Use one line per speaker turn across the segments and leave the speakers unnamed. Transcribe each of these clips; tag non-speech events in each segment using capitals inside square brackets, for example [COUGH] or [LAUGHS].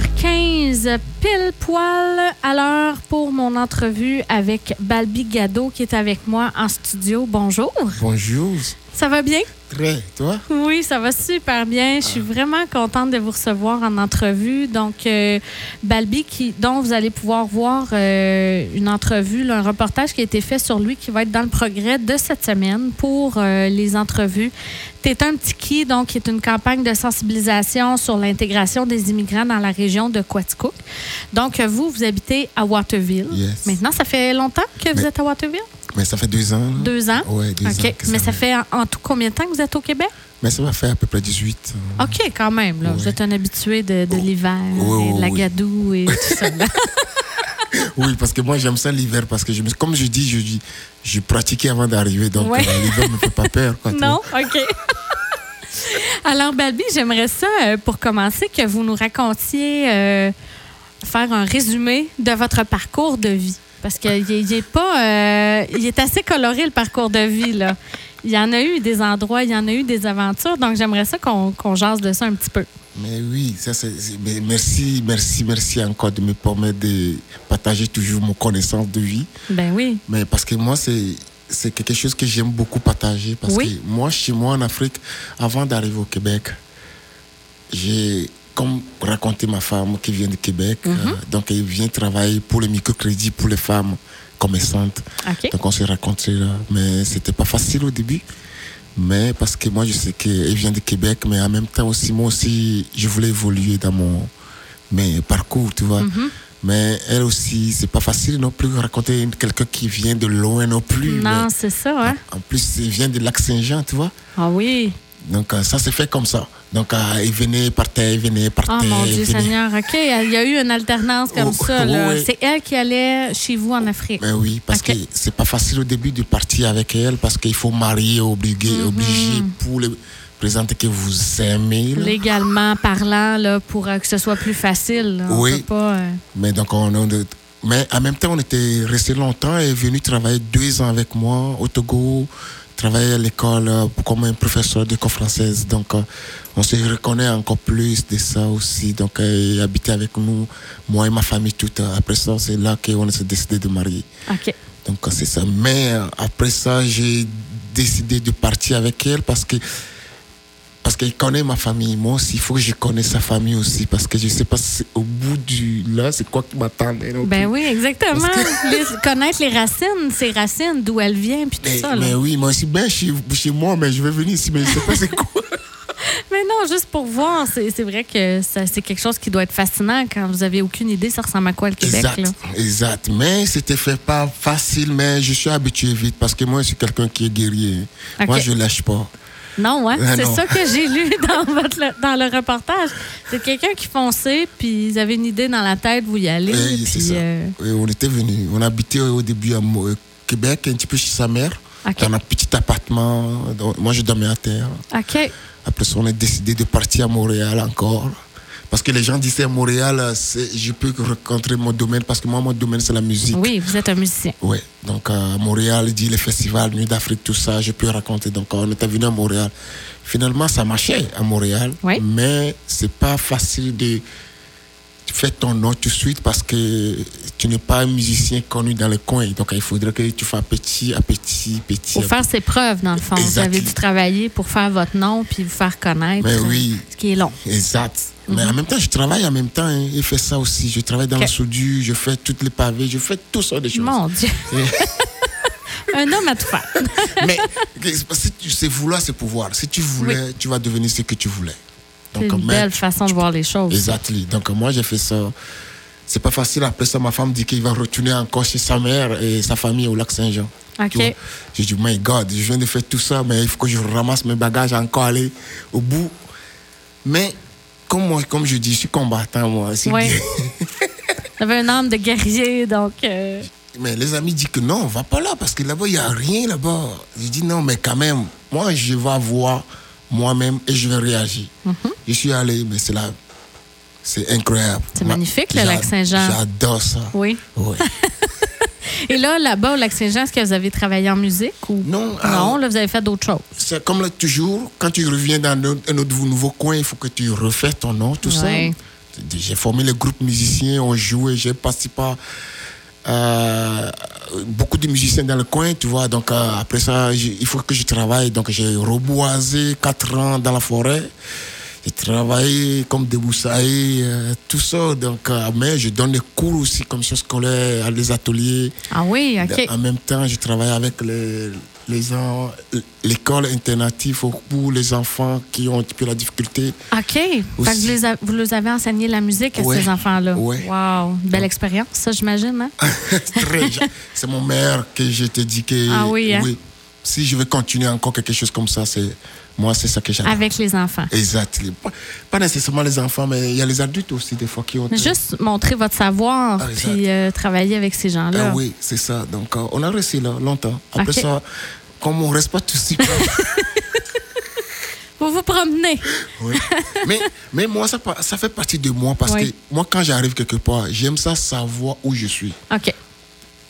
13h15, pile poil à l'heure pour mon entrevue avec Balbi Gado qui est avec moi en studio. Bonjour.
Bonjour.
Ça va bien?
Très, toi?
Oui, ça va super bien. Je suis
Ah.
vraiment contente de vous recevoir en entrevue. Donc, euh, Balbi, qui, dont vous allez pouvoir voir euh, une entrevue, là, un reportage qui a été fait sur lui, qui va être dans le progrès de cette semaine pour euh, les entrevues. T'es un petit qui, donc, qui est une campagne de sensibilisation sur l'intégration des immigrants dans la région de Quaticook. Donc, vous, vous habitez à Waterville.
Yes.
Maintenant, ça fait longtemps que vous
Mais-
êtes à Waterville?
Mais ça fait deux ans. là.
Deux ans?
Ouais, deux
OK.
ans. que
Mais ça
fait-
fait en- en tout combien de temps que vous êtes au Québec?
Mais ça va faire à peu près 18. euh,
OK, quand même. Là. Vous
Ouais. Oh.
êtes un habitué de, de l'hiver,
Oui,
et de la
oui.
gadoue et tout ça.
[LAUGHS]
là.
Oui, parce que moi, j'aime ça l'hiver. Parce que, je me- comme je dis, je, dis- je pratiquais avant d'arriver. Donc,
Ouais.
euh, l'hiver ne me fait pas peur. quoi, tu
[LAUGHS] non?
vois.
OK. Alors, Balbi, j'aimerais ça, euh, pour commencer, que vous nous racontiez, euh, faire un résumé de votre parcours de vie. Parce qu'il est, il est pas. euh, il est assez coloré, le parcours de vie, là. Il y en a eu des endroits, il y en a eu des aventures. Donc, j'aimerais ça qu'on qu'on jase de ça un petit peu.
Mais oui, ça, c'est- c'est- mais merci, merci, merci encore de me permettre de partager toujours mon connaissance de vie.
Ben oui.
Mais parce que moi, c'est c'est quelque chose que j'aime beaucoup partager. Parce
Oui.
que moi, chez moi en Afrique, avant d'arriver au Québec, j'ai, comme raconté ma femme qui vient du Québec,
Mhm.
euh, donc elle vient travailler pour les microcrédits pour les femmes commerçantes.
OK.
Donc on s'est raconté là. Mais c'était pas facile au début. Mais parce que moi, je sais qu'elle vient du Québec, mais en même temps aussi, moi aussi, je voulais évoluer dans mon mes parcours, tu vois.
Mhm.
Mais elle aussi, c'est pas facile non plus de raconter une- quelqu'un qui vient de loin non plus.
Non,
mais
c'est ça, hein?
en plus, elle vient de Lac-Saint-Jean, tu vois.
Ah oui.
Donc euh, ça s'est fait comme ça. Donc euh, elle venait, partait, elle venait, partait.
Oh mon
elle
Dieu
venait.
Seigneur, OK, il y a eu une alternance comme
Euh, Oh,
ça. là.
oui.
C'est elle qui allait chez vous en Afrique.
Ben oui, parce
Ok.
que c'est pas facile au début de partir avec elle parce qu'il faut marier, obliger, obliger pour les présenter que vous aimez. là.
Légalement parlant, là, pour euh, que ce soit plus facile. là. On
Oui.
peut pas, euh,
Mais donc on, on- mais en même temps, on était resté longtemps et est venu travailler deux ans avec moi au Togo, travailler à l'école euh, comme un professeur d'école française. Donc euh, on se reconnaît encore plus de ça aussi. Donc euh, elle habitait avec nous, moi et ma famille toute. Après ça, c'est là qu'on s'est décidé de marier.
OK.
Donc euh, c'est ça. Mais euh, après ça, j'ai décidé de partir avec elle parce que parce qu'elle connaît ma famille. Moi aussi, il faut que je connaisse sa famille aussi parce que je sais pas si au bout du là, c'est quoi qui m'attendait. non
Ben
plus.
oui, exactement. Les- connaître les racines, ses racines, d'où elles viennent, puis tout
Mais,
ça. là.
Ben, mais
Mais,
oui, moi aussi, ben chez, chez moi, mais je vais venir ici, mais je sais pas c'est quoi.
non, juste pour voir, c'est c'est vrai que ça- c'est quelque chose qui doit être fascinant quand vous avez aucune idée, ça ressemble à quoi le [LAUGHS] Québec.
exact,
Là.
exact. Mais c'était fait pas facile, mais je suis habitué vite parce que moi, je suis quelqu'un qui est guerrier.
Ok.
Moi, je lâche pas.
Non, hein?
Ah,
c'est
non.
ça que j'ai lu [LAUGHS] dans, votre, le- dans le reportage. C'est quelqu'un qui fonçait, puis ils avaient une idée dans la tête, vous y allez.
Oui, c'est
puis,
ça.
euh,
Et on était venus. On habitait au début à Mo- euh, Québec, un petit peu chez sa mère,
Ah, OK.
dans un petit appartement. Dans- Moi, je dormais à terre.
OK.
Après ça, on a décidé de partir à Montréal encore. Parce que les gens disaient à Montréal, euh, c'est- je peux rencontrer mon domaine, parce que moi, mon domaine, c'est la musique.
Oui, vous êtes un musicien.
Ouais. Donc, à Montréal, il dit les festivals, Nuit d'Afrique, tout ça, je peux raconter. Donc, on était venu à Montréal. Finalement, ça marchait à Montréal.
Ouais.
Mais c'est pas facile de faire ton nom tout de suite parce que tu n'es pas un musicien connu dans le coin. Donc, il faudrait que tu fasses petit à petit, petit. à
Pour faire ses preuves, dans le fond. Vous
Exact.
avez dû travailler pour faire votre nom, puis vous faire connaître.
Mais
euh,
Ben oui.
Ce qui est long.
Exact. Mais en même temps, je travaille en même temps. hein. Il fait ça aussi. Je travaille dans
Mhm. Ok.
la soudure, je fais toutes les pavés, je fais toutes sortes de choses.
Mon
[LAUGHS]
Dieu. un homme à tout faire. [LAUGHS]
Mais si tu sais vouloir, c'est pouvoir. Si tu voulais, tu vas devenir ce que tu voulais.
C'est une
mais-
belle façon de voir les choses.
Exactly. Donc moi j'ai fait ça. C'est pas facile. Après ça, ma femme dit qu'il va retourner encore chez sa mère et sa famille au lac Saint-Jean. Tu vois.
OK.
J'ai dit, my God, je viens de faire tout ça, mais il faut que je ramasse mes bagages encore aller au bout. Mais comme, moi, comme je dis, je suis combattant, moi. C'est-
Oui. [LAUGHS] Vous avez un âme de guerrier, donc. euh,
Mais les amis disent que non, on va pas là parce que là-bas, il n'y a rien là-bas. Je dis non, mais quand même, moi, je vais voir moi-même et je vais réagir.
Mhm.
Je suis allé, mais c'est là. C'est incroyable.
C'est
Ma-
magnifique, le
j'a-
lac Saint-Jean.
J'adore ça.
Oui.
Ouais.
Et là, là-bas, au Lac-Saint-Jean, est-ce que vous avez travaillé en musique ou.
Non,
Non,
alors-
là, vous avez fait d'autres choses.
C'est comme là, toujours, quand tu reviens dans un autre, un autre nouveau coin, il faut que tu refais ton nom, tout
Ouais.
ça. J'ai formé le groupe musicien, on jouait, j'ai participé à euh, beaucoup de musiciens dans le coin, tu vois. Donc euh, après ça, il faut que je travaille. Donc j'ai reboisé 4 ans dans la forêt. J'ai travaillé comme déboussaillé, euh, tout ça. Donc, euh, mais je donne des cours aussi, comme sur scolaire, à des ateliers.
Ah oui, ok.
En même temps, je travaille avec les, les gens, l'école alternative pour les enfants qui ont un petit peu
[LAUGHS]
la difficulté.
OK. Fait que vous, les a, vous, les avez enseigné la musique à
ouais.
ces enfants-là.
Ouais.
Wow. Belle expérience, ça, j'imagine. Hein?
c'est mon maire que je te dis que.
Ah oui, hein? oui,
Si je veux continuer encore quelque chose comme ça, c'est. Moi, c'est ça que j'aime.
Avec les enfants.
Exactement. Pas, pas, nécessairement les enfants, mais il y a les adultes aussi, des fois, qui ont.
Mais juste montrer votre savoir, ah, puis euh, travailler avec ces gens-là.
Ah, oui, c'est ça. Donc, euh, on a resté là, longtemps. Après okay. ça, comme on reste pas tous ici.
Vous vous promenez.
Oui. Mais, mais moi, ça, ça fait partie de moi parce oui. que moi, quand j'arrive quelque part, j'aime ça savoir où je suis.
OK.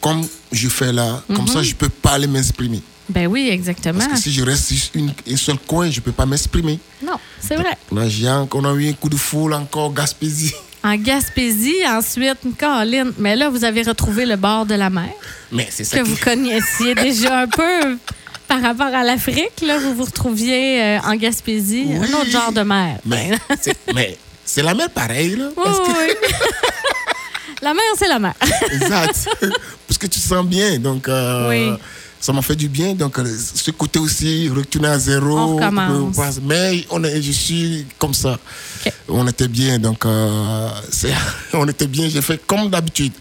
Comme je fais là, mm -hmm.
Mhm.
comme ça, je peux parler, m'exprimer.
Ben oui, exactement.
Parce que si je reste juste une, un seul coin, je ne peux pas m'exprimer.
Non, c'est vrai.
Là, j'ai on a eu un coup de foule encore, Gaspésie. [LAUGHS]
En Gaspésie, ensuite, Caroline. Mais là, vous avez retrouvé le bord de la mer.
Mais c'est
Que vous connaissiez déjà un peu par rapport à l'Afrique. Là, vous vous retrouviez euh, en Gaspésie,
oui,
un autre genre de mer.
Mais c'est la mer pareille, là.
Oui, parce que... oui. la mer, c'est la mer.
exact. Parce que tu te sens bien. Donc. Euh...
Oui
ça m'a fait du bien. Donc, euh, ce côté aussi, retourner à zéro.
On
mais on est, je suis comme ça. Okay. On était bien. Donc, euh, [LAUGHS] on était bien. J'ai fait comme d'habitude.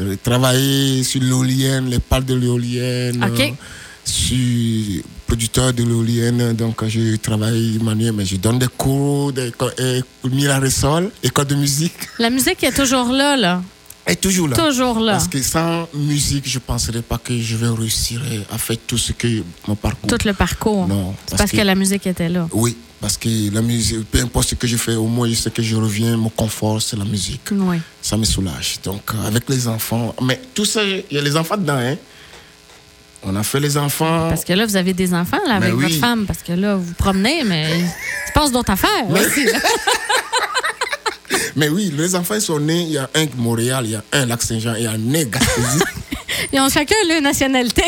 Euh, Travailler sur l'éolienne, les pales de l'éolienne.
Okay. Euh,
suis producteur de l'éolienne, donc euh, je travaille manuel, mais je donne des cours, des Miraresol, école de musique.
La musique est toujours là, là
est toujours là.
Toujours là.
Parce que sans musique, je ne penserais pas que je vais réussir à faire tout ce que mon parcours.
Tout le parcours.
Non.
Parce, parce que, que, la musique était là.
Oui, parce que la musique, peu importe ce que je fais, au moins je sais que je reviens, mon confort, c'est la musique.
Oui.
Ça me soulage. Donc, avec les enfants. Mais tout ça, il y a les enfants dedans, hein. On a fait les enfants.
Parce que là, vous avez des enfants là, avec
oui.
votre femme, parce que là, vous, vous promenez, mais il se passe d'autres affaires.
Mais...
Aussi, là.
[LAUGHS] Mais oui, les enfants sont nés, il y a un Montréal, il y a un Lac-Saint-Jean, il y a un Gaspésie.
Ils ont chacun leur nationalité.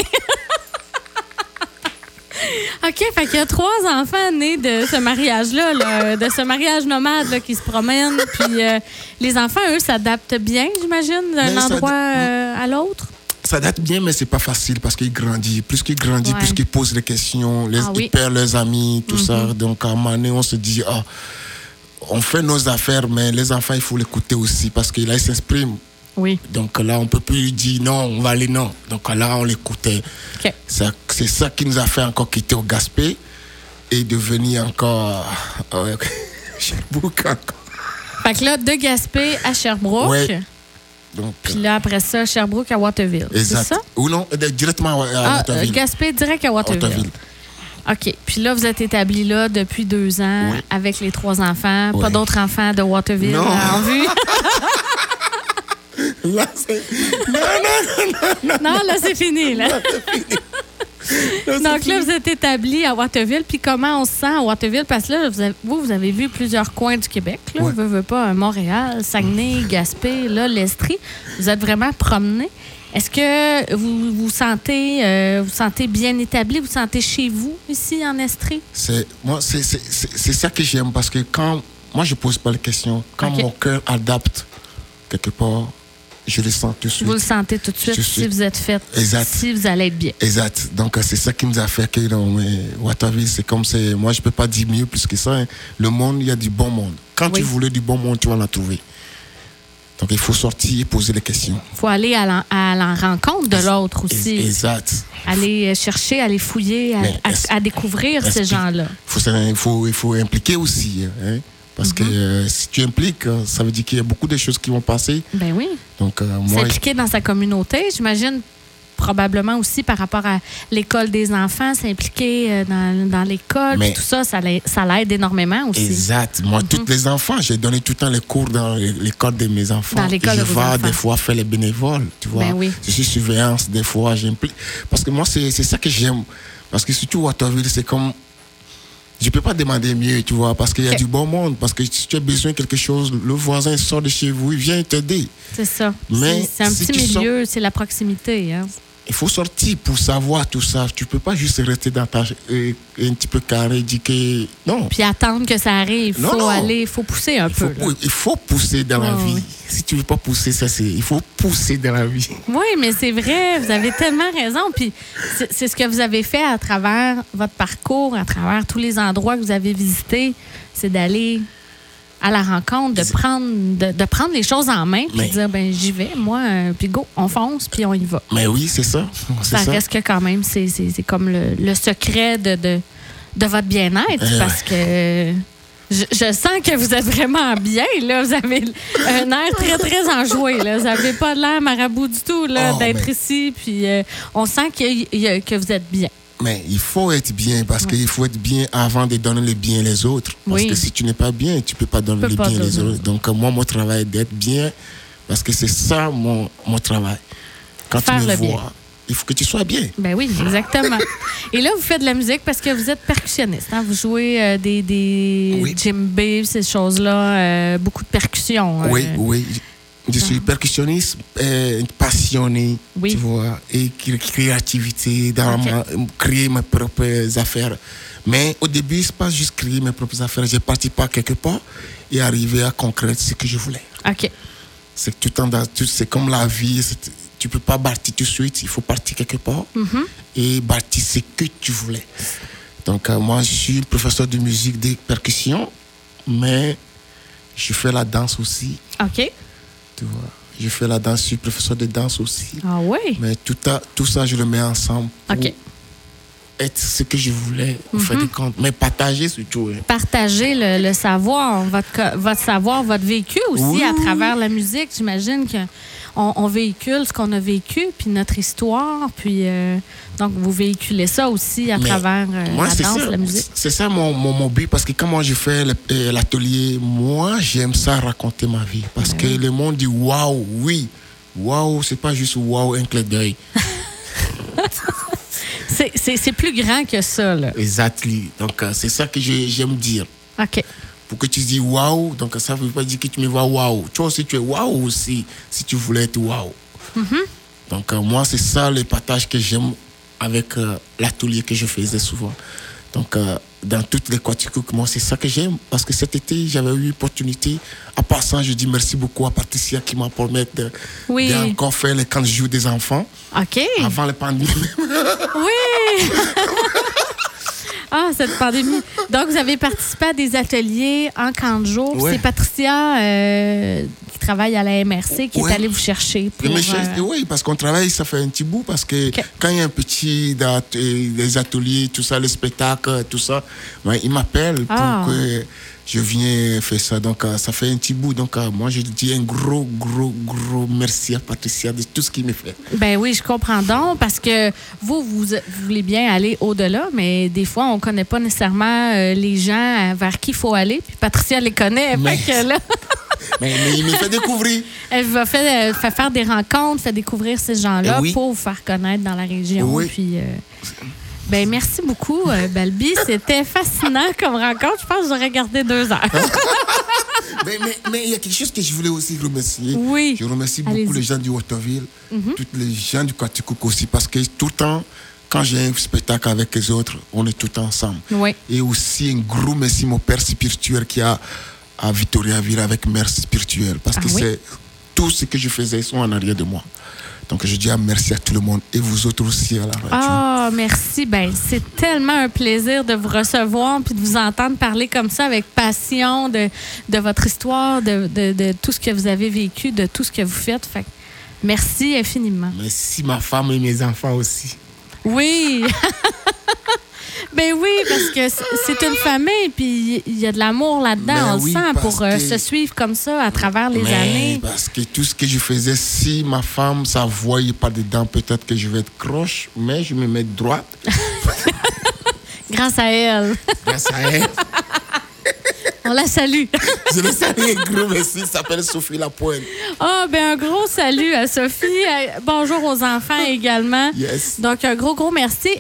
OK, fait qu'il y a trois enfants nés de ce mariage-là, là, de ce mariage nomade là, qui se promène. Puis euh, les enfants, eux, s'adaptent bien, j'imagine, d'un endroit euh, à l'autre
ça date bien, mais c'est pas facile parce qu'il grandit. Plus qu'il grandit,
ouais.
plus qu'il pose des questions, les,
ah, oui.
il perd les amis, tout
Mhm.
ça. Donc, à un moment donné, on se dit, ah, on fait nos affaires, mais les enfants, il faut l'écouter aussi parce qu'il s'exprime.
Oui.
Donc là, on ne peut plus lui dire non, on va aller non. Donc là, on l'écoutait.
OK.
Ça- C'est ça qui nous a fait encore quitter au Gaspé et devenir encore euh, [LAUGHS] Sherbrooke. encore.
Fait que là, de Gaspé à Sherbrooke.
Ouais. Donc,
Puis là, après ça, Sherbrooke à Waterville.
exact.
C'est ça?
Ou non, euh, directement à, à
Ah, euh,
Ottaville.
Gaspé direct à Waterville.
Ottaville.
OK. Puis là, vous êtes établi là depuis deux ans
Oui.
avec les trois enfants. Pas
Oui.
d'autres enfants de Waterville
[LAUGHS] Non.
euh, en vue.
Là, c'est. [LAUGHS] Non, non, non,
non, là, c'est fini. Là.
non, c'est
Donc là,
fini.
vous êtes établi à Waterville. Puis comment on se sent à Waterville? Parce que là, vous avez, vous, vous avez vu plusieurs coins du Québec. Là.
Ouais.
Veux, veux pas, euh, Montréal,
[LAUGHS]
Saguenay, Gaspé, là, l'Estrie. Vous êtes vraiment promené. Est-ce que vous vous sentez, euh, vous sentez bien établi? Vous vous sentez chez vous ici en Estrie?
C'est moi, c'est c'est- c'est- c'est ça que j'aime parce que quand moi je pose pas les questions, quand
Ok.
mon cœur adapte quelque part, je le sens tout de suite.
Vous le sentez tout de suite
Je
si
sais.
vous êtes fait,
Exact.
si vous allez être bien.
Exact. Donc euh, c'est ça qui nous a fait que non, mais Waterville, c'est comme c'est. Moi, je peux pas dire mieux plus que ça. hein. Le monde, il y a du bon monde. Quand
Oui.
tu voulais du bon monde, tu vas l'en trouver. Donc il faut sortir et poser les questions.
Il faut aller à la, à la rencontre de l'autre
Ex-
aussi.
Exact.
Aller chercher, aller fouiller, à,
Mais
à-
est-ce-
à découvrir ces
est-ce que-
gens-là.
faut, ça- il, faut, il faut impliquer aussi. hein,
Mhm.
parce que euh, si tu impliques, euh, ça veut dire qu'il y a beaucoup de choses qui vont passer.
Ben oui.
Donc, euh, moi,
S'impliquer dans sa communauté, j'imagine probablement aussi par rapport à l'école des enfants, s'impliquer euh, dans, dans l'école,
Mais-
puis tout ça, ça l'a- ça l'aide énormément aussi. Mhm.
Exact. Moi, toutes les enfants, j'ai donné tout le temps les cours dans l'école de mes enfants.
Dans l'école
je
de vos
vais
enfants.
des fois faire les bénévoles, tu vois.
Ben oui.
Je suis surveillance, des fois, j'implique. Parce que moi, c'est c'est ça que j'aime. Parce que surtout Waterville, c'est comme. je peux pas demander mieux, tu vois, parce qu'il y a du bon monde, parce que si tu as besoin de quelque chose, le voisin sort de chez vous, il vient t'aider.
C'est ça.
Mais
C'est- c'est un
si
petit
tu sors-
milieu, c'est la proximité. hein.
Il faut sortir pour savoir tout ça. Tu peux pas juste rester dans ta euh, un petit peu carré, dire que non.
Puis attendre que ça arrive. Il
Non,
faut
non.
aller, faut pousser un
Il faut,
peu. là.
pou- il faut pousser dans la
Ouais,
vie.
ouais.
Si tu veux pas pousser, ça c'est. Il faut pousser dans la vie.
Oui, mais c'est vrai, vous avez tellement raison. Puis c'est- c'est ce que vous avez fait à travers votre parcours, à travers tous les endroits que vous avez visités, c'est d'aller à la rencontre, de prendre, de, de prendre les choses en main, puis
Mais-
de dire ben j'y vais, moi, euh, puis go, on fonce, puis on y va.
Mais oui, c'est ça. C'est
Ça,
ça.
reste que quand même, c'est- c'est c'est comme le, le secret de, de, de votre bien-être,
Eh
parce que. Je, je sens que vous êtes vraiment bien, là. Vous avez un air très, très enjoué, là. Vous n'avez pas l'air marabout du tout, là,
Oh,
d'être
mais-
ici. Puis euh, on sent qu'il y- il y a- que vous êtes bien.
Mais il faut être bien parce qu'il faut être bien avant de donner le bien les autres. Parce
Oui.
que si tu n'es pas bien, tu peux pas donner
peux
le
pas
bien les
donner.
autres. Donc euh, moi, mon travail est d'être bien parce que c'est ça mon, mon travail. Quand
Faire
tu me
le
vois,
bien.
il faut que tu sois bien.
Ben oui,
[LAUGHS]
exactement. Et là, vous faites de la musique parce que vous êtes percussionniste. hein. Vous jouez euh, des, des
Oui.
djembés, ces choses-là, euh, beaucoup de percussions.
Oui,
euh.
oui. Je suis percussionniste euh, passionné,
Ah. Oui.
tu vois, et cré- créativité, dans
Ok.
ma- créer mes propres affaires. Mais au début, c'est pas juste créer mes propres affaires. J'ai parti par quelque part et arrivé à concrétiser ce que je voulais.
OK.
C'est tout le temps dans- tout- c'est comme la vie, c'est- tu peux pas partir tout de suite, il faut partir quelque part
Mhm.
et bâtir ce que tu voulais. Donc euh, moi, je suis professeur de musique, de percussion, mais je fais la danse aussi,
OK.
tu vois. Je fais la danse, je suis professeur de danse aussi.
Ah oui.
Mais tout, à- tout ça, je le mets ensemble pour
OK. Mhm.
être ce que je voulais, au fait de compte. Mais partager surtout. hein.
partager le, le savoir, votre, co- votre savoir, votre vécu aussi
Oui,
à
oui,
travers la musique. J'imagine que on, on véhicule ce qu'on a vécu, puis notre histoire, puis euh, donc vous véhiculez ça aussi à
Mais
travers euh,
Moi,
la
c'est ça,
danse, la musique.
c'est ça mon, mon, mon but, parce que quand moi je fais le- euh, l'atelier, moi j'aime ça raconter ma vie, parce que le monde dit waouh, oui, waouh, c'est pas juste waouh, un clin d'œil.
C'est- C'est c'est plus grand que ça, là.
Exactly. Donc euh, c'est ça que je- j'aime dire.
OK.
Pour que tu dis waouh, donc ça veut pas dire que tu me vois waouh. Toi aussi tu es waouh aussi, si tu voulais être waouh. Donc euh, moi c'est ça le partage que j'aime avec euh, l'atelier que je faisais souvent. Donc euh, dans toutes les quaticoques, moi c'est ça que j'aime parce que cet été j'avais eu l'opportunité. À passant, je dis merci beaucoup à Patricia qui m'a promis de,
Oui. Eh.
de encore faire les camps de jour des enfants
OK.
avant la pandémie.
Oui! [LAUGHS] Ah, cette pandémie. Donc, vous avez participé à des ateliers en camp de jour. Puis
Ouais.
C'est Patricia euh, qui travaille à la MRC qui
Ouais.
est allée vous chercher. Pour,
Mais je-
euh,
Oui, parce qu'on travaille, ça fait un petit bout, parce que
Ok.
quand il y a un petit, dat- euh, des ateliers, tout ça, le spectacle, tout ça, ben, il m'appelle
Ah.
pour que je vienne faire ça. Donc, euh, ça fait un petit bout. Donc, euh, moi, je dis un gros, gros, gros merci à Patricia de tout ce qu'il me fait.
Ben oui, je comprends donc, parce que vous, vous, vous voulez bien aller au-delà, mais des fois, on connaît pas nécessairement euh, les gens euh, vers qui il faut aller. Puis Patricia les connaît.
Mais-
Fait que là, [LAUGHS]
Mais, mais il me fait découvrir.
elle va faire, euh, fait faire des rencontres, fait découvrir ces gens-là
Eh oui.
pour vous faire connaître dans la région.
Oui.
Puis, euh, ben merci beaucoup, euh, Balbi. C'était fascinant comme rencontre. Je pense que j'aurais gardé deux heures.
Hein? mais, mais- mais il y a quelque chose que je voulais aussi remercier.
Oui.
Je remercie
Allez-y. Mhm.
beaucoup les gens du Waterville, toutes les gens du Quaticook aussi, parce que tout le temps, quand j'ai un spectacle avec les autres, on est tout le temps ensemble.
Oui.
Et aussi un gros merci mon père spirituel qui a à Victoriaville avec mère spirituelle. Parce
Ah
que
oui?
c'est tout ce que je faisais, ils sont en arrière de moi. Donc je dis un merci à tout le monde et vous autres aussi à la radio.
Ah, merci. Ben, c'est tellement un plaisir de vous recevoir puis de vous entendre parler comme ça avec passion de, de votre histoire, de, de- de tout ce que vous avez vécu, de tout ce que vous faites. Fait que merci infiniment.
Merci ma femme et mes enfants aussi.
Oui. [LAUGHS] ben oui, parce que c'est- c'est une famille puis il y a de l'amour là-dedans.
Ben
on le
oui,
sent pour
parce
euh,
que-
se suivre comme ça à travers les
Mais
années.
Parce que tout ce que je faisais, si ma femme ça voyait pas dedans, peut-être que je vais être croche, mais je me mets droite ben
Grâce à elle.
grâce à
[LAUGHS]
elle.
On la [LAUGHS] salue.
je le salue, un gros merci, ça s'appelle Sophie Lapointe.
Ah, ben un gros salut à Sophie. Euh, Bonjour aux enfants également.
Yes.
Donc, un gros, gros merci.